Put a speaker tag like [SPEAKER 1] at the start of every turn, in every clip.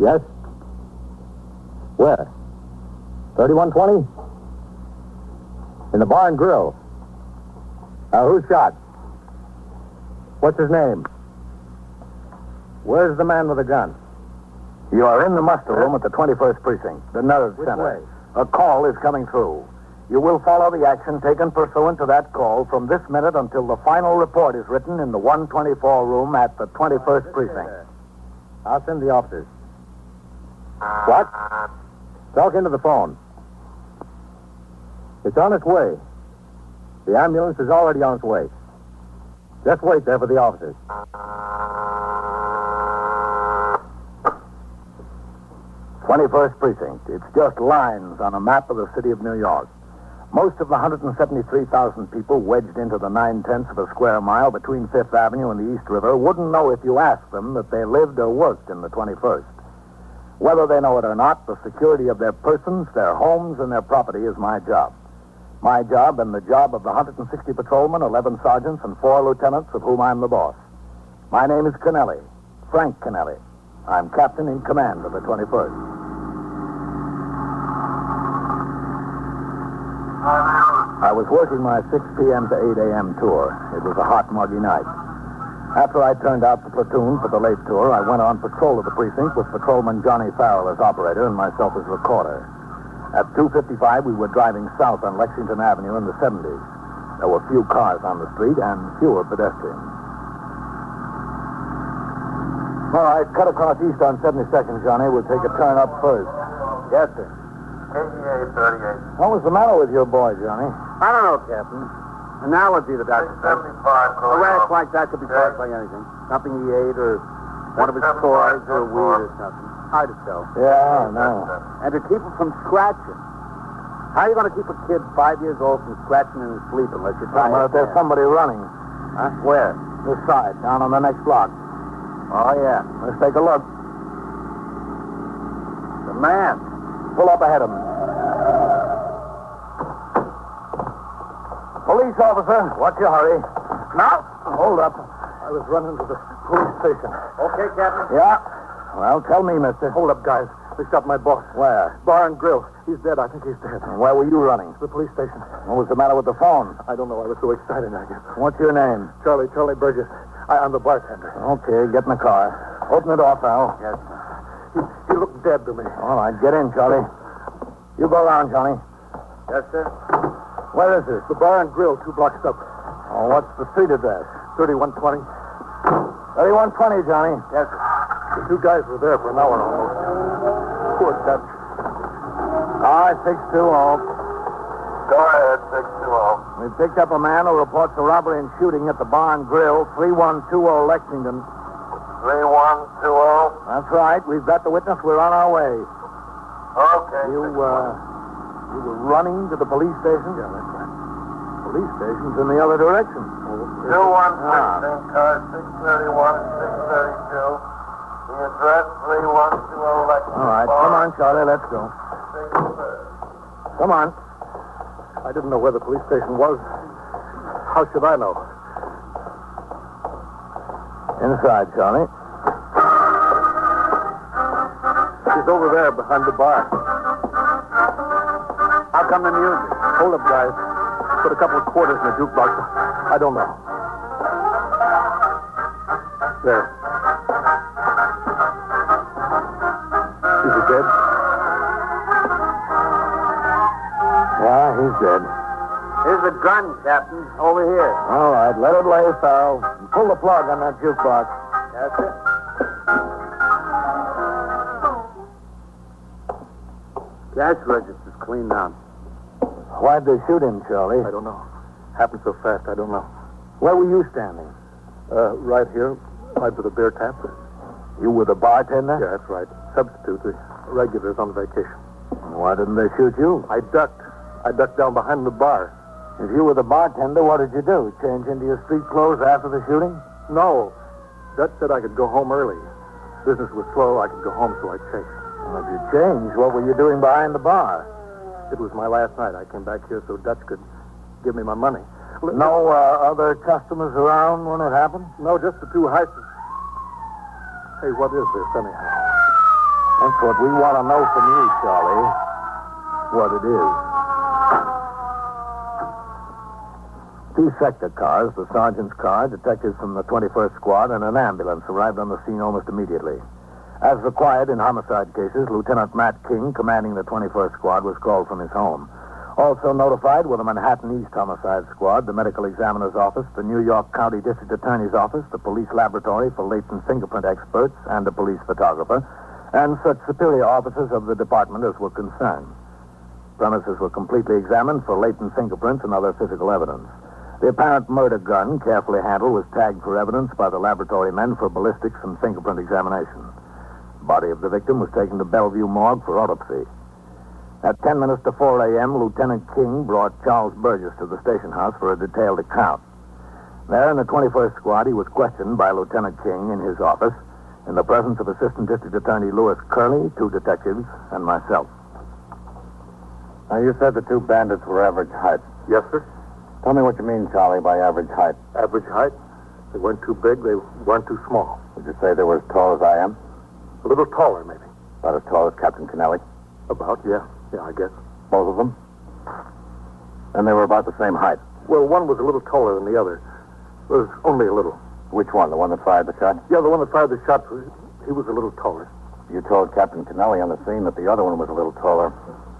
[SPEAKER 1] Yes. Where? Thirty-one twenty. In the bar and grill. Uh, who shot? What's his name? Where's the man with the gun?
[SPEAKER 2] You are in the muster room at the 21st Precinct, the nerve
[SPEAKER 1] Which
[SPEAKER 2] center.
[SPEAKER 1] way?
[SPEAKER 2] A call is coming through. You will follow the action taken pursuant to that call from this minute until the final report is written in the 124 room at the
[SPEAKER 1] Oh,
[SPEAKER 2] 21st Precinct.
[SPEAKER 1] I'll send the officers.
[SPEAKER 2] What?
[SPEAKER 1] Talk into the phone. It's on its way. The ambulance is already on its way. Just wait there for the officers.
[SPEAKER 2] Twenty-first precinct. It's just lines on a map of the city of New York. Most of the 173,000 people wedged into the nine-tenths of a square mile between Fifth Avenue and the East River wouldn't know if you asked them that they lived or worked in the 21st. Whether they know it or not, the security of their persons, their homes, and their property is my job. My job and the job of the 160 patrolmen, 11 sergeants, and four lieutenants, of whom I'm the boss. My name is Kennelly, Frank Kennelly. I'm captain in command of the 21st. I was working my 6 p.m. to 8 a.m. tour. It was a hot, muggy night. After I turned out the platoon for the late tour, I went on patrol of the precinct with patrolman Johnny Farrell as operator and myself as recorder. At 2.55, we were driving south on Lexington Avenue in the 70s. There were few cars on the street and fewer pedestrians. All right, cut across east on 72nd, Johnny. We'll take a turn up first. Yes, sir.
[SPEAKER 3] 8838.
[SPEAKER 2] What was the matter with your boy, Johnny?
[SPEAKER 4] I don't know, Captain. Analogy to that. A
[SPEAKER 3] 675
[SPEAKER 4] rash like that could be caused by anything. Something he ate or one of his toys or weed or something. Hard to tell.
[SPEAKER 2] Yeah, I know.
[SPEAKER 4] And to keep him from scratching. How are you going to keep a kid five years old from scratching in his sleep unless you try
[SPEAKER 2] Well, if there's somebody running.
[SPEAKER 4] Huh?
[SPEAKER 2] Where? This side, down on the next block. Oh, yeah. Let's take a look. The man. Pull up ahead of him. Police officer, what's your hurry? Now? Hold up. I was running to the police station.
[SPEAKER 4] Okay, Captain.
[SPEAKER 2] Yeah? Well, tell me, mister. Hold up, guys. They shot my boss. Where?
[SPEAKER 4] Bar and grill. He's dead. I think he's dead.
[SPEAKER 2] Where were you running?
[SPEAKER 4] The police station.
[SPEAKER 2] What was the matter with the phone?
[SPEAKER 4] I don't know. I was so excited, I guess.
[SPEAKER 2] What's your name?
[SPEAKER 4] Charlie, Charlie Burgess. I, I'm the bartender.
[SPEAKER 2] Okay, get in the car. Open the door, Al.
[SPEAKER 4] Yes. He, he looked dead to me.
[SPEAKER 2] All right, get in, Charlie. You go around, Johnny.
[SPEAKER 4] Yes, sir.
[SPEAKER 2] Where is this?
[SPEAKER 4] The bar and grill, two blocks up.
[SPEAKER 2] Oh, what's the street address?
[SPEAKER 4] 3120.
[SPEAKER 2] 3120, Johnny.
[SPEAKER 4] Yes, sir. The two guys were there for an hour almost. Poor Dutch.
[SPEAKER 2] R620.
[SPEAKER 3] Go ahead, oh. 620.
[SPEAKER 2] oh. We picked up a man who reports a robbery and shooting at the Barn Grill, 3120 Lexington.
[SPEAKER 3] 3120.
[SPEAKER 2] That's right. We've got the witness. We're on our way.
[SPEAKER 3] Okay.
[SPEAKER 2] You, uh, you were running to the police station? Yeah, that's right. Police station's in the other direction.
[SPEAKER 4] Oh,
[SPEAKER 3] 216 car 631, 632. The address 3120
[SPEAKER 4] Ah.
[SPEAKER 3] Lexington.
[SPEAKER 2] All right, come on, Charlie. Let's go. Come on.
[SPEAKER 4] I didn't know where the police station was. How should I know?
[SPEAKER 2] Inside, Charlie.
[SPEAKER 4] She's over there behind the bar. How come the music? Hold up, guys. Put a couple of quarters in the jukebox. I don't know. There. Is he dead?
[SPEAKER 2] Yeah, he's dead.
[SPEAKER 4] Here's the gun, Captain. Over here.
[SPEAKER 2] All right, let it lay, Farrell. And pull the plug on that jukebox.
[SPEAKER 4] Yes, sir. Cash register's cleaned out.
[SPEAKER 2] Why'd they shoot him, Charlie?
[SPEAKER 4] I don't know. Happened so fast, I don't know.
[SPEAKER 2] Where were you standing?
[SPEAKER 4] Uh, right here, right by the beer tap.
[SPEAKER 2] You were the bartender?
[SPEAKER 4] Yeah, that's right. Substitute. The regulars on vacation.
[SPEAKER 2] Why didn't they shoot you?
[SPEAKER 4] I ducked. I ducked down behind the bar.
[SPEAKER 2] If you were the bartender, what did you do? Change into your street clothes after the shooting?
[SPEAKER 4] No. Dutch said I could go home early. Business was slow. I could go home, so I changed.
[SPEAKER 2] Well, if you changed, what were you doing behind the bar?
[SPEAKER 4] It was my last night. I came back here so Dutch could give me my money. L-
[SPEAKER 2] No uh, other customers around when it happened?
[SPEAKER 4] No, just the two heists. Hey, what is this, anyhow?
[SPEAKER 2] That's what we want to know from you, Charlie. What it is. Two sector cars, the sergeant's car, detectives from the 21st Squad, and an ambulance arrived on the scene almost immediately. As required in homicide cases, Lieutenant Matt King, commanding the 21st Squad, was called from his home. Also notified were the Manhattan East Homicide Squad, the Medical Examiner's Office, the New York County District Attorney's Office, the Police Laboratory for Latent Fingerprint Experts, and the Police Photographer, and such superior officers of the department as were concerned. Premises were completely examined for latent fingerprints and other physical evidence. The apparent murder gun, carefully handled, was tagged for evidence by the laboratory men for ballistics and fingerprint examination. The body of the victim was taken to Bellevue Morgue for autopsy. At 10 minutes to 4 a.m., Lieutenant King brought Charles Burgess to the station house for a detailed account. There in the 21st Squad, he was questioned by Lieutenant King in his office in the presence of Assistant District Attorney Lewis Curley, two detectives, and myself.
[SPEAKER 1] Now, you said the two bandits were average height.
[SPEAKER 4] Yes, sir.
[SPEAKER 1] Tell me what you mean, Charlie, by average height.
[SPEAKER 4] Average height. They weren't too big. They weren't too small.
[SPEAKER 1] Would you say they were as tall as I am?
[SPEAKER 4] A little taller, maybe.
[SPEAKER 1] About as tall as Captain Kennelly?
[SPEAKER 4] About, yeah. Yeah, I guess.
[SPEAKER 1] Both of them? And they were about the same height.
[SPEAKER 4] Well, one was a little taller than the other. It was only a little.
[SPEAKER 1] Which one? The one that fired the shot?
[SPEAKER 4] Yeah, the one that fired the shot, he was a little taller.
[SPEAKER 1] You told Captain Kennelly on the scene that the other one was a little taller.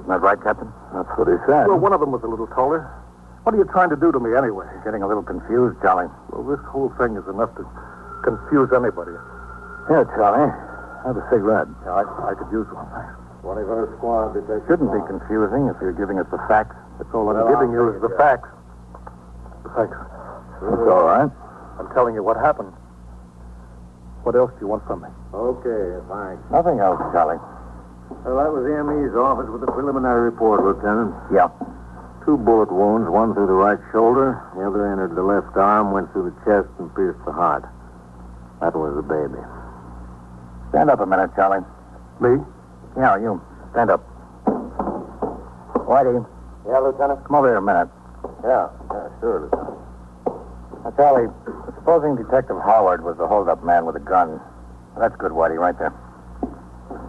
[SPEAKER 1] Isn't that right, Captain? That's what he said.
[SPEAKER 4] Well, one of them was a little taller. What are you trying to do to me anyway?
[SPEAKER 1] Getting a little confused, Charlie.
[SPEAKER 4] Well, this whole thing is enough to confuse anybody.
[SPEAKER 1] Here, Charlie. Have a cigarette.
[SPEAKER 4] Yeah, I, I could use one. Thanks.
[SPEAKER 5] 21st Squad, Detective.
[SPEAKER 1] Shouldn't be confusing if you're giving us the facts.
[SPEAKER 4] That's all I'm
[SPEAKER 5] Well,
[SPEAKER 4] giving
[SPEAKER 5] I'll
[SPEAKER 4] you is
[SPEAKER 5] take it,
[SPEAKER 4] the
[SPEAKER 5] yeah.
[SPEAKER 4] facts. The facts.
[SPEAKER 1] That's all right.
[SPEAKER 4] I'm telling you what happened. What else do you want from me?
[SPEAKER 5] Okay, thanks.
[SPEAKER 1] Nothing else, Charlie.
[SPEAKER 5] Well, that was ME's office with the preliminary report, Lieutenant.
[SPEAKER 1] Yeah.
[SPEAKER 5] Two bullet wounds, one through the right shoulder, the other entered the left arm, went through the chest, and pierced the heart. That was the baby.
[SPEAKER 1] Stand up a minute, Charlie.
[SPEAKER 4] Me?
[SPEAKER 1] Yeah, you. Stand up. Whitey,
[SPEAKER 5] Yeah, Lieutenant?
[SPEAKER 1] come over here a minute.
[SPEAKER 5] Yeah, yeah, sure, Lieutenant.
[SPEAKER 1] Now, Charlie, supposing Detective Howard was the holdup man with a gun. That's good, Whitey, right there.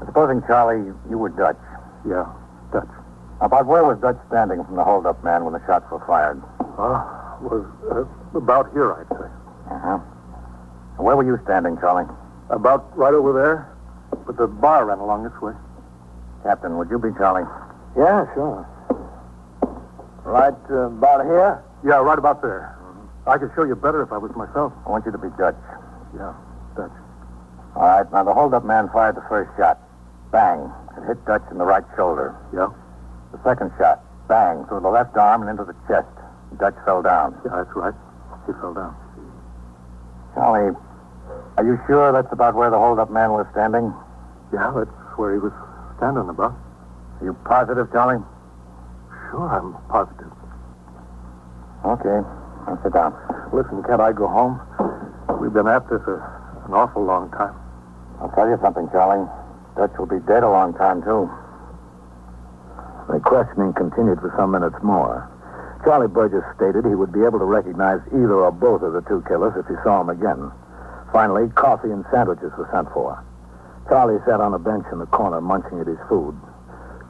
[SPEAKER 1] Supposing, Charlie, you were Dutch.
[SPEAKER 4] Yeah. Dutch.
[SPEAKER 1] About where was Dutch standing from the holdup man when the shots were fired?
[SPEAKER 4] Ah, was uh, about here, I'd say.
[SPEAKER 1] Uh-huh. Where were you standing, Charlie?
[SPEAKER 4] About right over there. But the bar ran along this way.
[SPEAKER 1] Captain, would you be Charlie?
[SPEAKER 5] Yeah, sure. Right uh, about here? Mm-hmm.
[SPEAKER 4] Yeah, right about there. I could show you better if I was myself.
[SPEAKER 1] I want you to be Dutch.
[SPEAKER 4] Yeah, Dutch.
[SPEAKER 1] All right, now the holdup man fired the first shot. Bang. It hit Dutch in the right shoulder.
[SPEAKER 4] Yeah.
[SPEAKER 1] The second shot, bang, through the left arm and into the chest. Dutch fell down.
[SPEAKER 4] Yeah, that's right. He fell down.
[SPEAKER 1] Charlie, are you sure that's about where the holdup man was standing?
[SPEAKER 4] Yeah, that's where he was standing about.
[SPEAKER 1] Are you positive, Charlie?
[SPEAKER 4] Sure, I'm positive.
[SPEAKER 1] Okay. Now sit down.
[SPEAKER 4] Listen, can't I go home? We've been at this a, an awful long time.
[SPEAKER 1] I'll tell you something, Charlie. Dutch will be dead a long time, too.
[SPEAKER 2] The questioning continued for some minutes more. Charlie Burgess stated he would be able to recognize either or both of the two killers if he saw him again. Finally, coffee and sandwiches were sent for. Charlie sat on a bench in the corner munching at his food.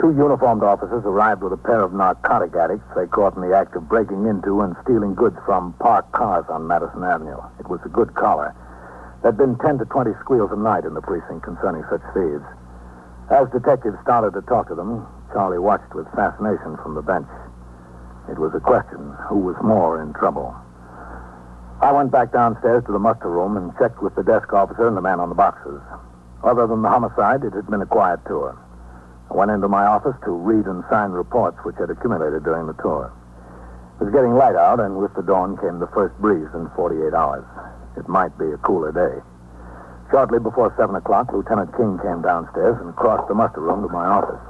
[SPEAKER 2] Two uniformed officers arrived with a pair of narcotic addicts they caught in the act of breaking into and stealing goods from parked cars on Madison Avenue. It was a good collar. There'd been 10 to 20 squeals a night in the precinct concerning such thieves. As detectives started to talk to them, Charlie watched with fascination from the bench. It was a question who was more in trouble. I went back downstairs to the muster room and checked with the desk officer and the man on the boxes. Other than the homicide, it had been a quiet tour. I went into my office to read and sign reports which had accumulated during the tour. It was getting light out, and with the dawn came the first breeze in 48 hours. It might be a cooler day. Shortly before 7 o'clock, Lieutenant King came downstairs and crossed the muster room to my office.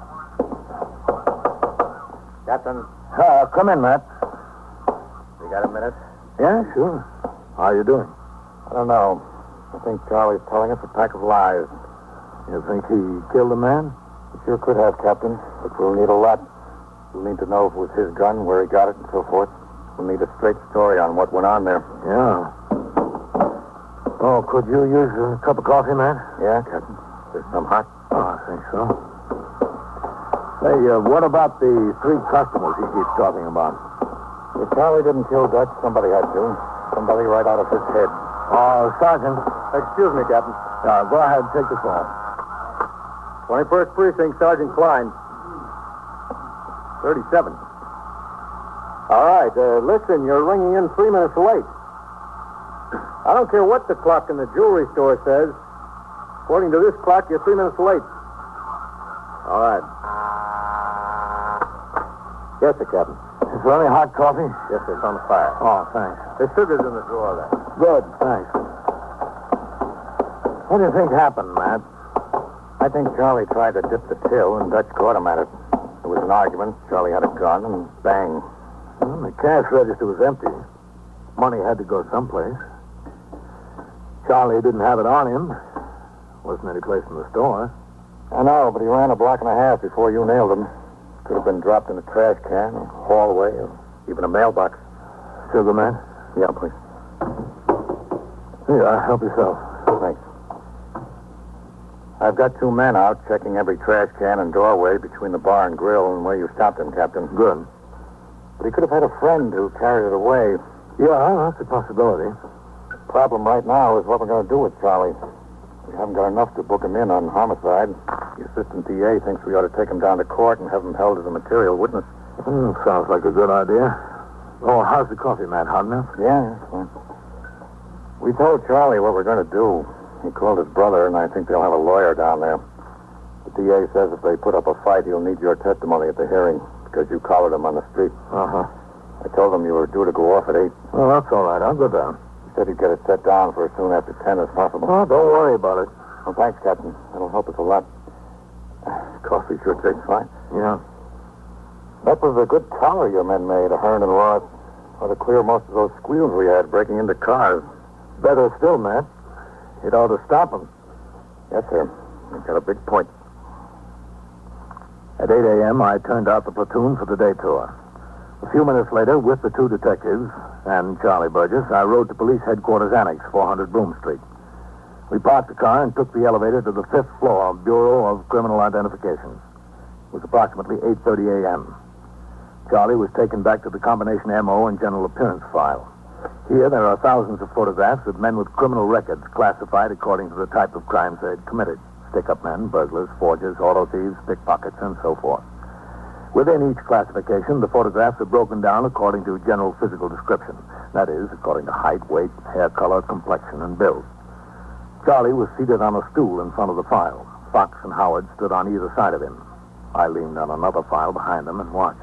[SPEAKER 4] Captain,
[SPEAKER 2] Uh, come in, Matt.
[SPEAKER 4] you got a minute?
[SPEAKER 2] Yeah, sure. How are you doing?
[SPEAKER 4] I don't know. I think Charlie's telling us a pack of lies.
[SPEAKER 2] You think he killed a man?
[SPEAKER 4] He sure could have, Captain, but we'll need a lot. We'll need to know if it was his gun, where he got it, and so forth. We'll need a straight story on what went on there.
[SPEAKER 2] Yeah. Oh, could you use a cup of coffee, Matt?
[SPEAKER 4] Yeah, Captain. There's some hot.
[SPEAKER 2] Oh, I think so. Hey, uh, what about the three customers he keeps talking about?
[SPEAKER 4] If Charlie didn't kill Dutch, somebody had to. Somebody right out of his head.
[SPEAKER 2] Uh, Sergeant,
[SPEAKER 4] Excuse me, Captain.
[SPEAKER 2] uh, go ahead and take the phone.
[SPEAKER 4] 21st Precinct, Sergeant Klein. 37. All right, uh, listen, you're ringing in three minutes late. I don't care what the clock in the jewelry store says. According to this clock, you're three minutes late. All right. Yes, sir, Captain.
[SPEAKER 2] Is there any hot coffee?
[SPEAKER 4] Yes, sir, it's on the fire.
[SPEAKER 2] Oh, thanks.
[SPEAKER 4] The sugar's in the drawer there.
[SPEAKER 2] Good, thanks. What do you think happened, Matt?
[SPEAKER 4] I think Charlie tried to dip the till, and Dutch caught him at it. There was an argument. Charlie had a gun, and bang.
[SPEAKER 2] Well, the cash register was empty. Money had to go someplace. Charlie didn't have it on him. Wasn't any place in the store.
[SPEAKER 4] I know, but he ran a block and a half before you nailed him. Could have been dropped in a trash can, a hallway, or even a mailbox.
[SPEAKER 2] Sugar, man?
[SPEAKER 4] Yeah, please.
[SPEAKER 2] Here, help yourself.
[SPEAKER 4] Thanks. I've got two men out checking every trash can and doorway between the bar and grill and where you stopped him, Captain.
[SPEAKER 2] Good.
[SPEAKER 4] But he could have had a friend who carried it away.
[SPEAKER 2] Yeah, that's a possibility.
[SPEAKER 4] Problem right now is what we're going to do with Charlie. We haven't got enough to book him in on homicide. The assistant DA thinks we ought to take him down to court and have him held as a material witness.
[SPEAKER 2] Hmm, sounds like a good idea. Oh, how's the coffee, Matt? Hot enough?
[SPEAKER 4] Yeah, that's fine. We told Charlie what we're going to do. He called his brother, and I think they'll have a lawyer down there. The DA says if they put up a fight, he'll need your testimony at the hearing because you collared him on the street.
[SPEAKER 2] Uh-huh.
[SPEAKER 4] I told him you were due to go off at 8.
[SPEAKER 2] Well, that's all right. I'll go down.
[SPEAKER 4] He said he'd get it set down for as soon after 10 as possible.
[SPEAKER 2] Oh, don't worry about it.
[SPEAKER 4] Well, thanks, Captain. That'll help us a lot. Coffee sure tastes fine.
[SPEAKER 2] Yeah.
[SPEAKER 4] That was a good tower your men made, Ahern and Ross. Ought to clear most of those squeals we had breaking into cars.
[SPEAKER 2] Better still, Matt. It ought to stop him.
[SPEAKER 4] Yes, sir. You've got a big point.
[SPEAKER 2] At 8 a.m., I turned out the platoon for the day tour. A few minutes later, with the two detectives and Charlie Burgess, I rode to Police Headquarters Annex, 400 Broom Street. We parked the car and took the elevator to the fifth floor of Bureau of Criminal Identification. It was approximately 8.30 a.m. Charlie was taken back to the combination MO and general appearance file. Here, there are thousands of photographs of men with criminal records classified according to the type of crimes they had committed stick up men, burglars, forgers, auto thieves, pickpockets, and so forth. Within each classification, the photographs are broken down according to general physical description that is, according to height, weight, hair color, complexion, and build. Charlie was seated on a stool in front of the file. Fox and Howard stood on either side of him. I leaned on another file behind them and watched.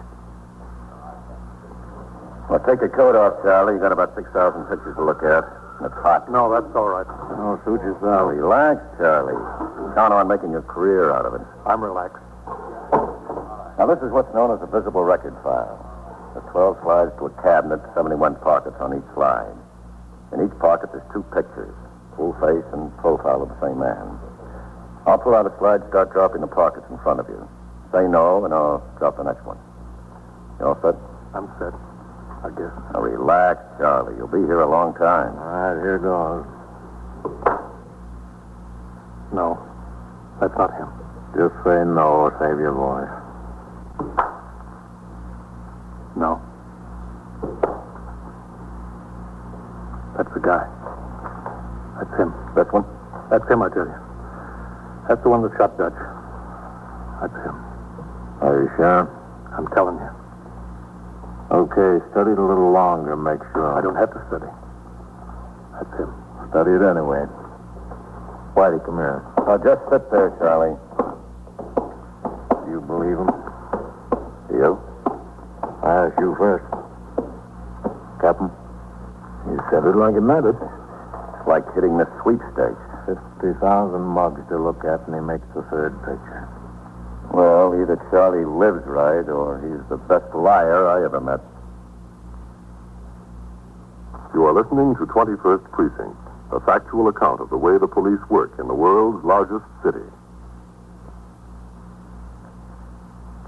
[SPEAKER 5] Well, take your coat off, Charlie. You got about 6,000 pictures to look at. It's hot.
[SPEAKER 4] No, that's all right.
[SPEAKER 5] Oh, suit yourself. Relax, Charlie. Count on making a career out of it.
[SPEAKER 4] I'm relaxed.
[SPEAKER 5] Now, this is what's known as a visible record file. There's 12 slides to a cabinet, 71 pockets on each slide. In each pocket, there's two pictures, full face and profile of the same man. I'll pull out a slide, start dropping the pockets in front of you. Say no, and I'll drop the next one. You all set?
[SPEAKER 4] I'm set. I guess.
[SPEAKER 5] Now, relax, Charlie. You'll be here a long time.
[SPEAKER 4] All right, here goes. No, that's not him.
[SPEAKER 5] Just say no or save your voice.
[SPEAKER 4] No. That's the guy. That's him.
[SPEAKER 5] This one?
[SPEAKER 4] That's him, I tell you. That's the one that shot Dutch. That's him.
[SPEAKER 5] Are you sure?
[SPEAKER 4] I'm telling you.
[SPEAKER 5] Okay, study it a little longer, make sure.
[SPEAKER 4] I don't have to study. That's him.
[SPEAKER 5] Study it anyway. Whitey, come here. Now, just sit there, Charlie. Do you believe him? You? I ask you first. Captain?
[SPEAKER 2] You said it like it mattered.
[SPEAKER 5] It's like hitting the sweepstakes.
[SPEAKER 4] 50,000 mugs to look at, and he makes the third picture.
[SPEAKER 5] Well, either Charlie lives right or he's the best liar I ever met.
[SPEAKER 6] You are listening to 21st Precinct, a factual account of the way the police work in the world's largest city.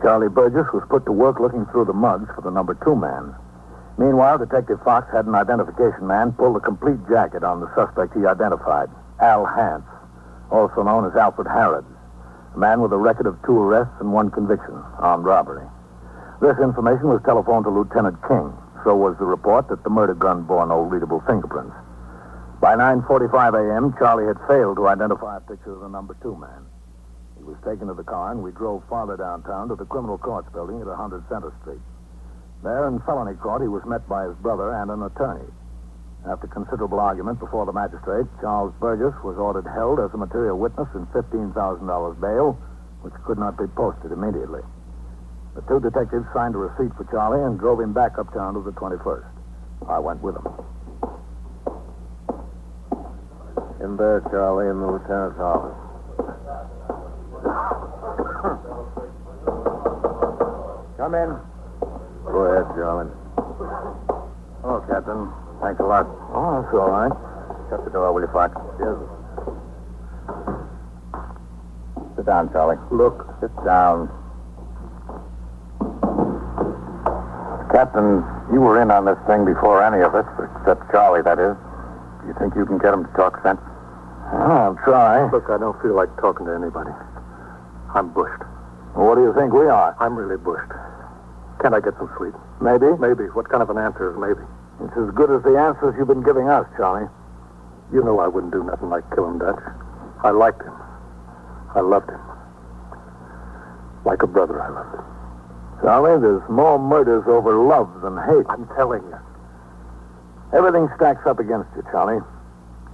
[SPEAKER 2] Charlie Burgess was put to work looking through the mugs for the number two man. Meanwhile, Detective Fox had an identification man pull the complete jacket on the suspect he identified, Al Hance, also known as Alfred Harrod, a man with a record of two arrests and one conviction, armed robbery. This information was telephoned to Lieutenant King. So was the report that the murder gun bore no readable fingerprints. By 9.45 a.m., Charlie had failed to identify a picture of the number two man. He was taken to the car, and we drove farther downtown to the criminal courts building at 100 Center Street. There, in felony court, he was met by his brother and an attorney. After considerable argument before the magistrate, Charles Burgess was ordered held as a material witness in $15,000 bail, which could not be posted immediately. The two detectives signed a receipt for Charlie and drove him back uptown to the 21st. I went with them.
[SPEAKER 4] In there, Charlie, in the lieutenant's office. Come in.
[SPEAKER 5] Go ahead, Charlie.
[SPEAKER 4] Hello, Captain. Thanks a lot.
[SPEAKER 2] Oh, that's all right.
[SPEAKER 5] Shut the door, will you, Fox?
[SPEAKER 4] Yes.
[SPEAKER 5] Sit down, Charlie.
[SPEAKER 4] Look.
[SPEAKER 5] Sit down. Captain, you were in on this thing before any of us, except Charlie, that is. Do you think you can get him to talk sense?
[SPEAKER 2] Ah, I'll try.
[SPEAKER 4] Look, I don't feel like talking to anybody. I'm bushed.
[SPEAKER 2] Well, what do you think we are?
[SPEAKER 4] I'm really bushed. Can't I get some sleep?
[SPEAKER 2] Maybe.
[SPEAKER 4] Maybe. What kind of an answer is maybe?
[SPEAKER 2] It's as good as the answers you've been giving us, Charlie.
[SPEAKER 4] You know I wouldn't do nothing like kill him, Dutch. I liked him. I loved him. Like a brother, I loved him.
[SPEAKER 2] Charlie, there's more murders over love than hate.
[SPEAKER 4] I'm telling you.
[SPEAKER 2] Everything stacks up against you, Charlie.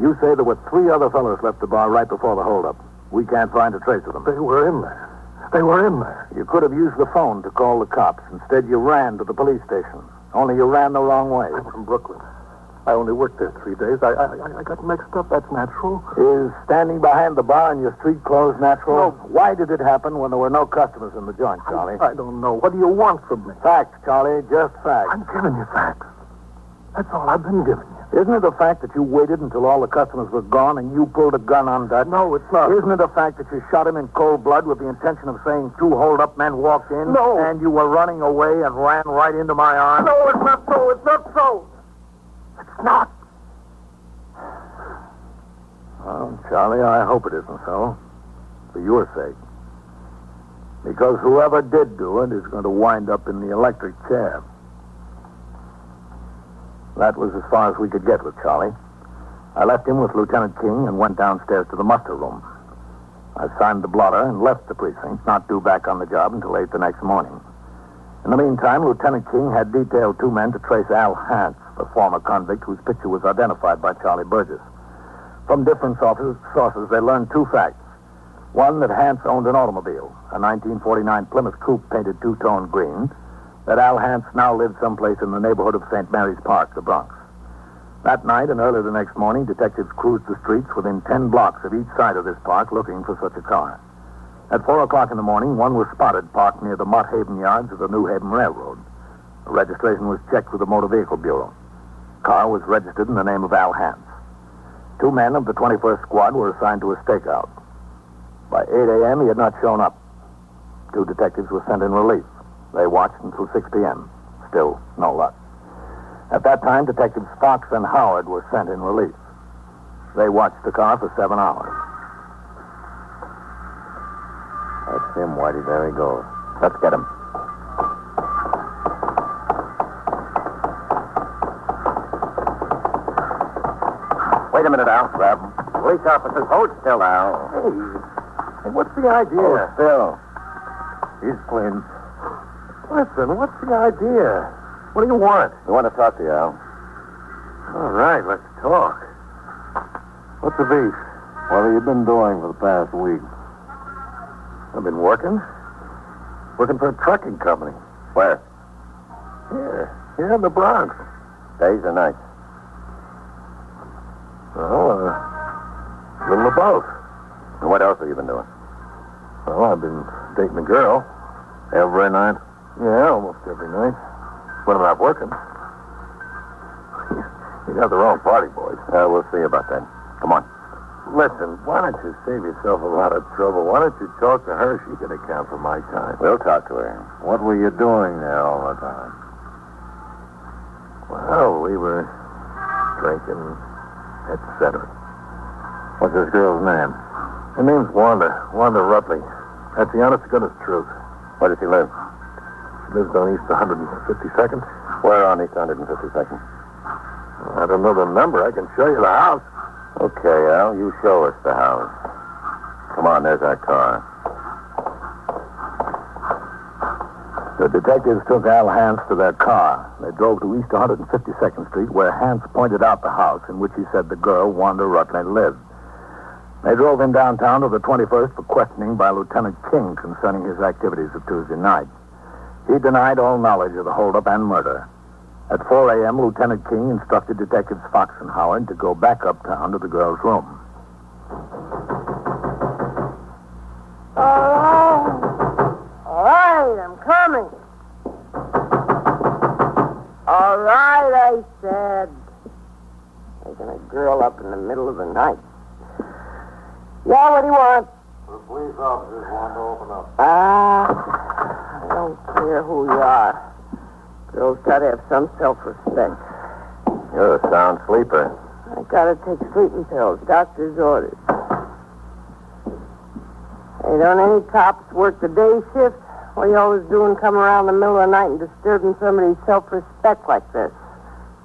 [SPEAKER 2] You say there were three other fellows left the bar right before the holdup. We can't find a trace of them.
[SPEAKER 4] They were in there. They were in there.
[SPEAKER 2] You could have used the phone to call the cops. Instead, you ran to the police station. Only you ran the wrong way.
[SPEAKER 4] I'm from Brooklyn. I only worked there three days. I, I, I got mixed up. That's natural.
[SPEAKER 2] Is standing behind the bar in your street clothes
[SPEAKER 4] No.
[SPEAKER 2] natural? Why did it happen when there were no customers in the joint, Charlie?
[SPEAKER 4] I don't know. What do you want from me?
[SPEAKER 2] Facts, Charlie, just facts.
[SPEAKER 4] I'm giving you facts. That's all I've been giving you.
[SPEAKER 2] Isn't it a fact that you waited until all the customers were gone and you pulled a gun on Dutch?
[SPEAKER 4] No, it's not.
[SPEAKER 2] Isn't it a fact that you shot him in cold blood with the intention of saying two hold-up men walked in?
[SPEAKER 4] No.
[SPEAKER 2] And you were running away and ran right into my arm?
[SPEAKER 4] No, it's not so. It's not so. It's not.
[SPEAKER 2] Well, Charlie, I hope it isn't so. For your sake. Because whoever did do it is going to wind up in the electric chair. That was as far as we could get with Charlie. I left him with Lieutenant King and went downstairs to the muster room. I signed the blotter and left the precinct, not due back on the job until 8 the next morning. In the meantime, Lieutenant King had detailed two men to trace Al Hance, the former convict whose picture was identified by Charlie Burgess. From different sources, sources they learned two facts. One, that Hance owned an automobile, a 1949 Plymouth coupe painted two-tone green, that Al Hance now lived someplace in the neighborhood of St. Mary's Park, the Bronx. That night and early the next morning, detectives cruised the streets within 10 blocks of each side of this park looking for such a car. At 4 o'clock in the morning, one was spotted parked near the Mott Haven yards of the New Haven Railroad. The registration was checked with the Motor Vehicle Bureau. The car was registered in the name of Al Hance. Two men of the 21st Squad were assigned to a stakeout. By 8 a.m., he had not shown up. Two detectives were sent in relief. They watched until 6 p.m. Still no luck. At that time, Detectives Fox and Howard were sent in relief. They watched the car for seven hours.
[SPEAKER 5] That's him, Whitey. There he goes. Let's get him. Wait a minute, Al. Grab him. Police officers, hold still, Al.
[SPEAKER 4] Hey. Hey, what's the idea?
[SPEAKER 5] Hold still. He's clean.
[SPEAKER 4] Listen, what's the idea? What do you want?
[SPEAKER 5] We want to talk to you, Al.
[SPEAKER 4] All right, let's talk. What's the beef?
[SPEAKER 5] What have you been doing for the past week?
[SPEAKER 4] I've been working. Working for a trucking company.
[SPEAKER 5] Where?
[SPEAKER 4] Here. Here in the Bronx.
[SPEAKER 5] Days or nights?
[SPEAKER 4] Well, uh,
[SPEAKER 6] been about.
[SPEAKER 5] And what else have you been doing?
[SPEAKER 6] Well, I've been dating a girl.
[SPEAKER 5] Every night?
[SPEAKER 6] Yeah, almost every night. When I'm not working. you got the wrong party, boys.
[SPEAKER 5] Uh, we'll see about that. Come on.
[SPEAKER 6] Listen, why don't you save yourself a lot of trouble? Why don't you talk to her? She can account for my time.
[SPEAKER 5] We'll talk to her.
[SPEAKER 7] What were you doing there all the time?
[SPEAKER 6] Well, we were drinking, etc.
[SPEAKER 7] What's this girl's name?
[SPEAKER 6] Her name's Wanda. Wanda Rutley. That's the honest to goodness truth.
[SPEAKER 5] Where does she live?
[SPEAKER 6] She lives on East 152nd.
[SPEAKER 5] Where on East 152nd?
[SPEAKER 6] I don't know the number. I can show you the house.
[SPEAKER 5] Okay, Al, you show us the house. Come on, there's our car.
[SPEAKER 2] The detectives took Al Hance to their car. They drove to East 152nd Street, where Hance pointed out the house in which he said the girl, Wanda Rutley, lived. They drove him downtown to the 21st for questioning by Lieutenant King concerning his activities of Tuesday night. He denied all knowledge of the holdup and murder. At 4 a.m., Lieutenant King instructed Detectives Fox and Howard to go back uptown to the girl's room.
[SPEAKER 8] All right. All right, I'm coming. All right, I said. Taking a girl up in the middle of the night. Yeah, what do you want?
[SPEAKER 3] The police officers want to open up.
[SPEAKER 8] Ah, I don't care who you are. Girl's got to have some self-respect.
[SPEAKER 5] You're a sound sleeper.
[SPEAKER 8] I got to take sleeping pills, doctor's orders. Hey, don't any cops work the day shift? What are you always doing coming around the middle of the night and disturbing somebody's self-respect like this?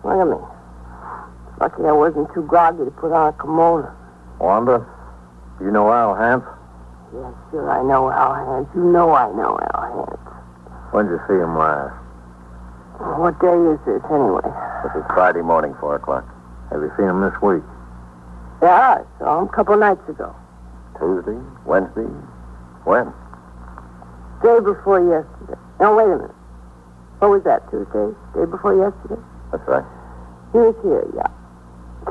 [SPEAKER 8] Look at me. Lucky I wasn't too groggy to put on a kimono.
[SPEAKER 7] Wanda, you know Al Hance?
[SPEAKER 8] Yes, sure, I know Al Hance. You know I know Al Hance.
[SPEAKER 7] When'd you see him last?
[SPEAKER 8] What day is this, anyway?
[SPEAKER 5] This is Friday morning, 4 o'clock.
[SPEAKER 7] Have you seen him this week?
[SPEAKER 8] Yeah, I saw him a couple nights ago.
[SPEAKER 5] Tuesday? Wednesday? When?
[SPEAKER 8] Day before yesterday. No, wait a minute. What was that, Tuesday? Day before yesterday?
[SPEAKER 5] That's right.
[SPEAKER 8] He was here, yeah.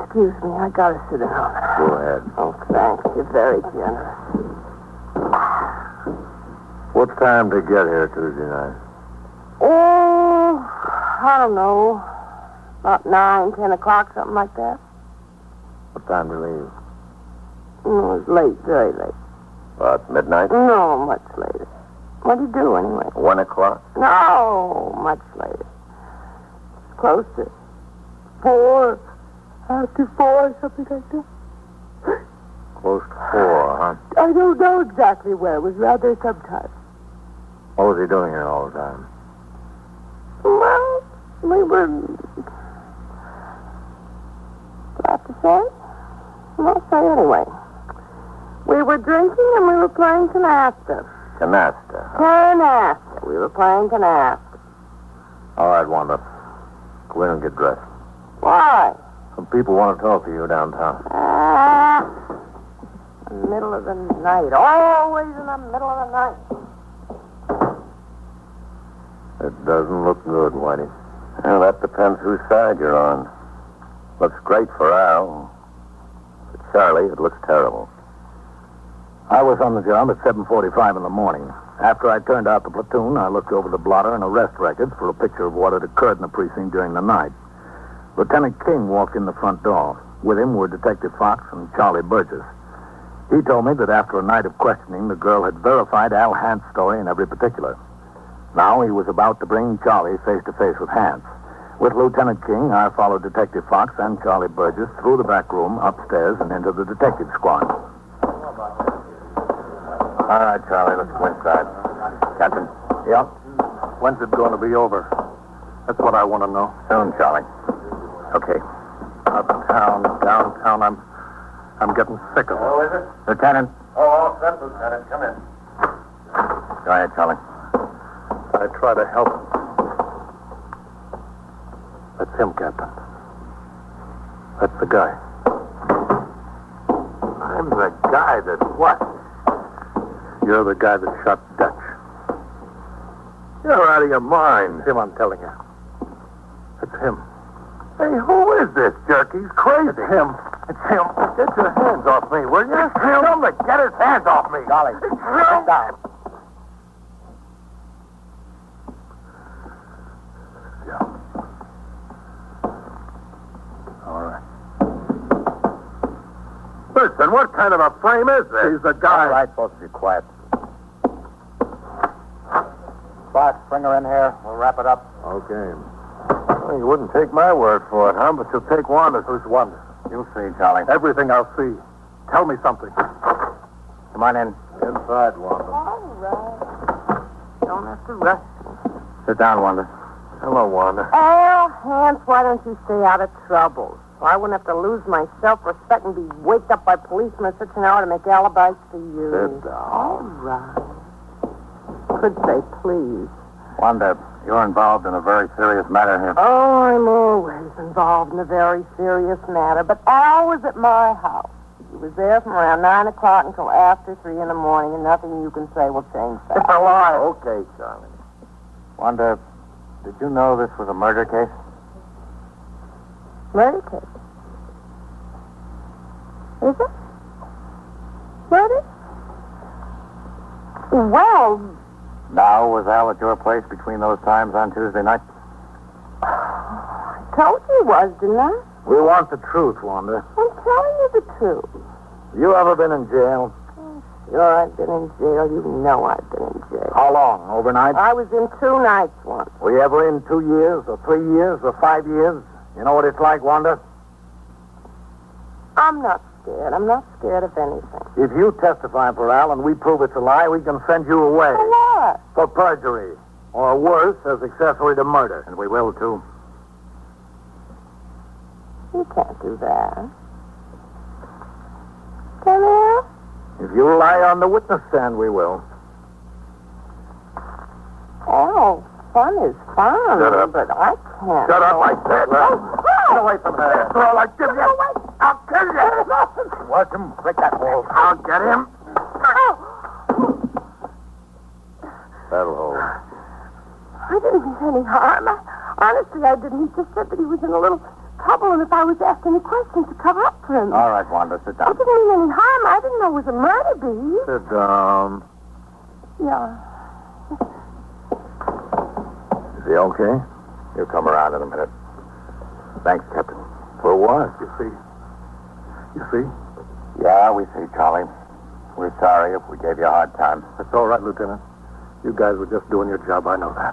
[SPEAKER 8] Excuse me, I gotta sit down.
[SPEAKER 5] Go ahead.
[SPEAKER 8] Oh, thanks. You're very generous.
[SPEAKER 7] What time did you get here Tuesday night?
[SPEAKER 8] Oh, I don't know. About nine, ten o'clock, something like that.
[SPEAKER 7] What time did you leave?
[SPEAKER 8] Mm, It was late, very late.
[SPEAKER 5] About midnight?
[SPEAKER 8] No, much later. What would you do anyway?
[SPEAKER 5] One o'clock?
[SPEAKER 8] No, much later. Close to four. After four, something like that.
[SPEAKER 7] Close to four, huh?
[SPEAKER 8] I don't know exactly where. It was rather sometime.
[SPEAKER 7] What was he doing here all the time?
[SPEAKER 8] Well, we were. Do I have to say it? I'll say anyway. We were drinking and we were playing canasta.
[SPEAKER 5] Canasta. huh?
[SPEAKER 8] Canasta. We were playing canasta.
[SPEAKER 7] All right, Wanda. Go in and get dressed.
[SPEAKER 8] Why?
[SPEAKER 7] Some people want to talk to you downtown.
[SPEAKER 8] Ah, middle of the night. Always in the middle of the night.
[SPEAKER 7] It doesn't look good, Whitey.
[SPEAKER 5] Well, that depends whose side you're on. Looks great for Al. For Charlie, it looks terrible.
[SPEAKER 2] I was on the job at 7.45 in the morning. After I turned out the platoon, I looked over the blotter and arrest records for a picture of what had occurred in the precinct during the night. Lieutenant King walked in the front door. With him were Detective Fox and Charlie Burgess. He told me that after a night of questioning, the girl had verified Al Hant's story in every particular. Now he was about to bring Charlie face to face with Hans. With Lieutenant King, I followed Detective Fox and Charlie Burgess through the back room, upstairs, and into the detective squad.
[SPEAKER 5] All right, Charlie, let's go inside. Captain,
[SPEAKER 9] Yep. When's it going to be over? That's what I want to know.
[SPEAKER 5] soon, Charlie.
[SPEAKER 9] Okay. Uptown, downtown. I'm, I'm getting sick of it.
[SPEAKER 3] Who is it?
[SPEAKER 5] Lieutenant.
[SPEAKER 3] Oh, all set, Lieutenant. Come in.
[SPEAKER 5] Go ahead, Charlie.
[SPEAKER 9] I try to help him. That's him, Captain. That's the guy.
[SPEAKER 6] I'm the guy that what?
[SPEAKER 9] You're the guy that shot Dutch.
[SPEAKER 6] You're out of your mind.
[SPEAKER 9] Him, I'm telling you. It's him.
[SPEAKER 6] Hey, who is this jerk? He's crazy.
[SPEAKER 9] Him.
[SPEAKER 5] Jim, get your hands off me, will you? Jim, get his hands off me.
[SPEAKER 10] Golly,
[SPEAKER 5] Jim.
[SPEAKER 10] down.
[SPEAKER 5] All right. Listen, what kind of a frame is this? He's the guy.
[SPEAKER 2] All right, both of you, quiet.
[SPEAKER 10] Boss, bring her in here. We'll wrap it up.
[SPEAKER 11] Okay.
[SPEAKER 5] Well, you wouldn't take my word for it, huh? But you'll take Wanda's. Who's Wanda?
[SPEAKER 2] You'll see, Charlie.
[SPEAKER 5] Everything I'll see. Tell me something.
[SPEAKER 2] Come on in.
[SPEAKER 11] Inside, Wanda.
[SPEAKER 8] All right. Don't have to rush.
[SPEAKER 2] Sit down, Wanda.
[SPEAKER 5] Hello, Wanda.
[SPEAKER 8] Al, Oh, Hans, why don't you stay out of trouble? So I wouldn't have to lose my self-respect and be waked up by policemen at such an hour to make alibis for you.
[SPEAKER 11] Sit down.
[SPEAKER 8] All right. Could say please.
[SPEAKER 2] Wanda, you're involved in a very serious matter here.
[SPEAKER 8] Oh, I'm always involved in a very serious matter, but Al was at my house. He was there from around 9 o'clock until after 3 in the morning, and nothing you can say will change that.
[SPEAKER 2] It's a lie.
[SPEAKER 5] Oh,
[SPEAKER 2] Okay, Charlie. Wanda, did you know this was a murder case?
[SPEAKER 8] Murder case. Is it? Murder? Well,
[SPEAKER 2] Now, was Al at your place between those times on Tuesday night?
[SPEAKER 8] I told you it was, didn't I?
[SPEAKER 2] We want the truth, Wanda.
[SPEAKER 8] I'm telling you the truth.
[SPEAKER 2] You ever been in jail?
[SPEAKER 8] Sure, I've been in jail. You know I've been in jail.
[SPEAKER 2] How long? Overnight?
[SPEAKER 8] I was in two nights once.
[SPEAKER 2] Were you ever in two years or three years or five years? You know what it's like, Wanda?
[SPEAKER 8] I'm not scared. I'm not scared of anything.
[SPEAKER 2] If you testify for Al and we prove it's a lie, we can send you away
[SPEAKER 8] For what?
[SPEAKER 2] for perjury. Or worse, as accessory to murder. And we will, too.
[SPEAKER 8] You can't do that. Can you?
[SPEAKER 2] If you lie on the witness stand, we will.
[SPEAKER 8] Oh, fun is fun.
[SPEAKER 5] Shut up.
[SPEAKER 8] But I can't.
[SPEAKER 5] Shut up, I said.
[SPEAKER 8] Get
[SPEAKER 5] away from her. That's all I give you. I'll kill you. Watch him. Break that wall. I'll get him.
[SPEAKER 11] That'll hold.
[SPEAKER 8] I didn't mean any harm. I, honestly, I didn't. He just said that he was in a little trouble, and if I was asked any questions to cover up for him.
[SPEAKER 2] All right, Wanda, sit
[SPEAKER 8] I
[SPEAKER 2] down.
[SPEAKER 8] didn't mean any harm. I didn't know it was a murder, Bee.
[SPEAKER 11] Sit down.
[SPEAKER 8] Yeah.
[SPEAKER 2] Is he okay? He'll come around in a minute. Thanks, Captain. For what?
[SPEAKER 5] You see? You see?
[SPEAKER 2] Yeah, we see, Charlie. We're sorry if we gave you a hard time.
[SPEAKER 5] That's all right, Lieutenant. You guys were just doing your job. I know that.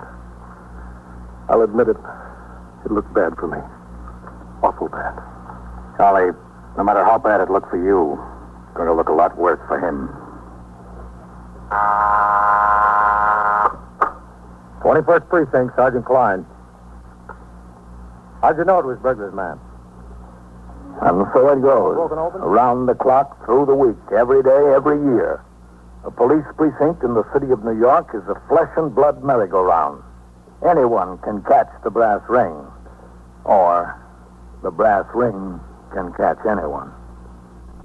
[SPEAKER 5] I'll admit it. It looked bad for me. Awful bad.
[SPEAKER 2] Charlie, no matter how bad it looked for you, it's going to look a lot worse for him.
[SPEAKER 10] 21st Precinct, Sergeant Klein. How'd you know it was burglars, man?
[SPEAKER 2] And so it goes.
[SPEAKER 10] Broken open?
[SPEAKER 2] Around the clock, through the week, every day, every year. A police precinct in the city of New York is a flesh and blood merry-go-round. Anyone can catch the brass ring, or the brass ring can catch anyone.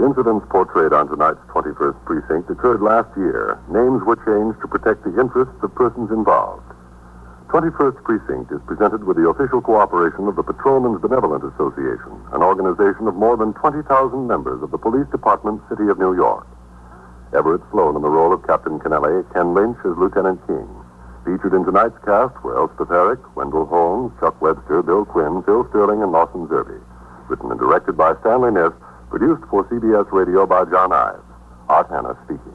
[SPEAKER 6] Incidents portrayed on tonight's 21st Precinct occurred last year. Names were changed to protect the interests of persons involved. 21st Precinct is presented with the official cooperation of the Patrolmen's Benevolent Association, an organization of more than 20,000 members of the Police Department, City of New York. Everett Sloan in the role of Captain Kennelly, Ken Lynch as Lieutenant King. Featured in tonight's cast were Elspeth Herrick, Wendell Holmes, Chuck Webster, Bill Quinn, Phil Sterling, and Lawson Zerby. Written and directed by Stanley Niss, produced for CBS Radio by John Ives. Art Hannah speaking.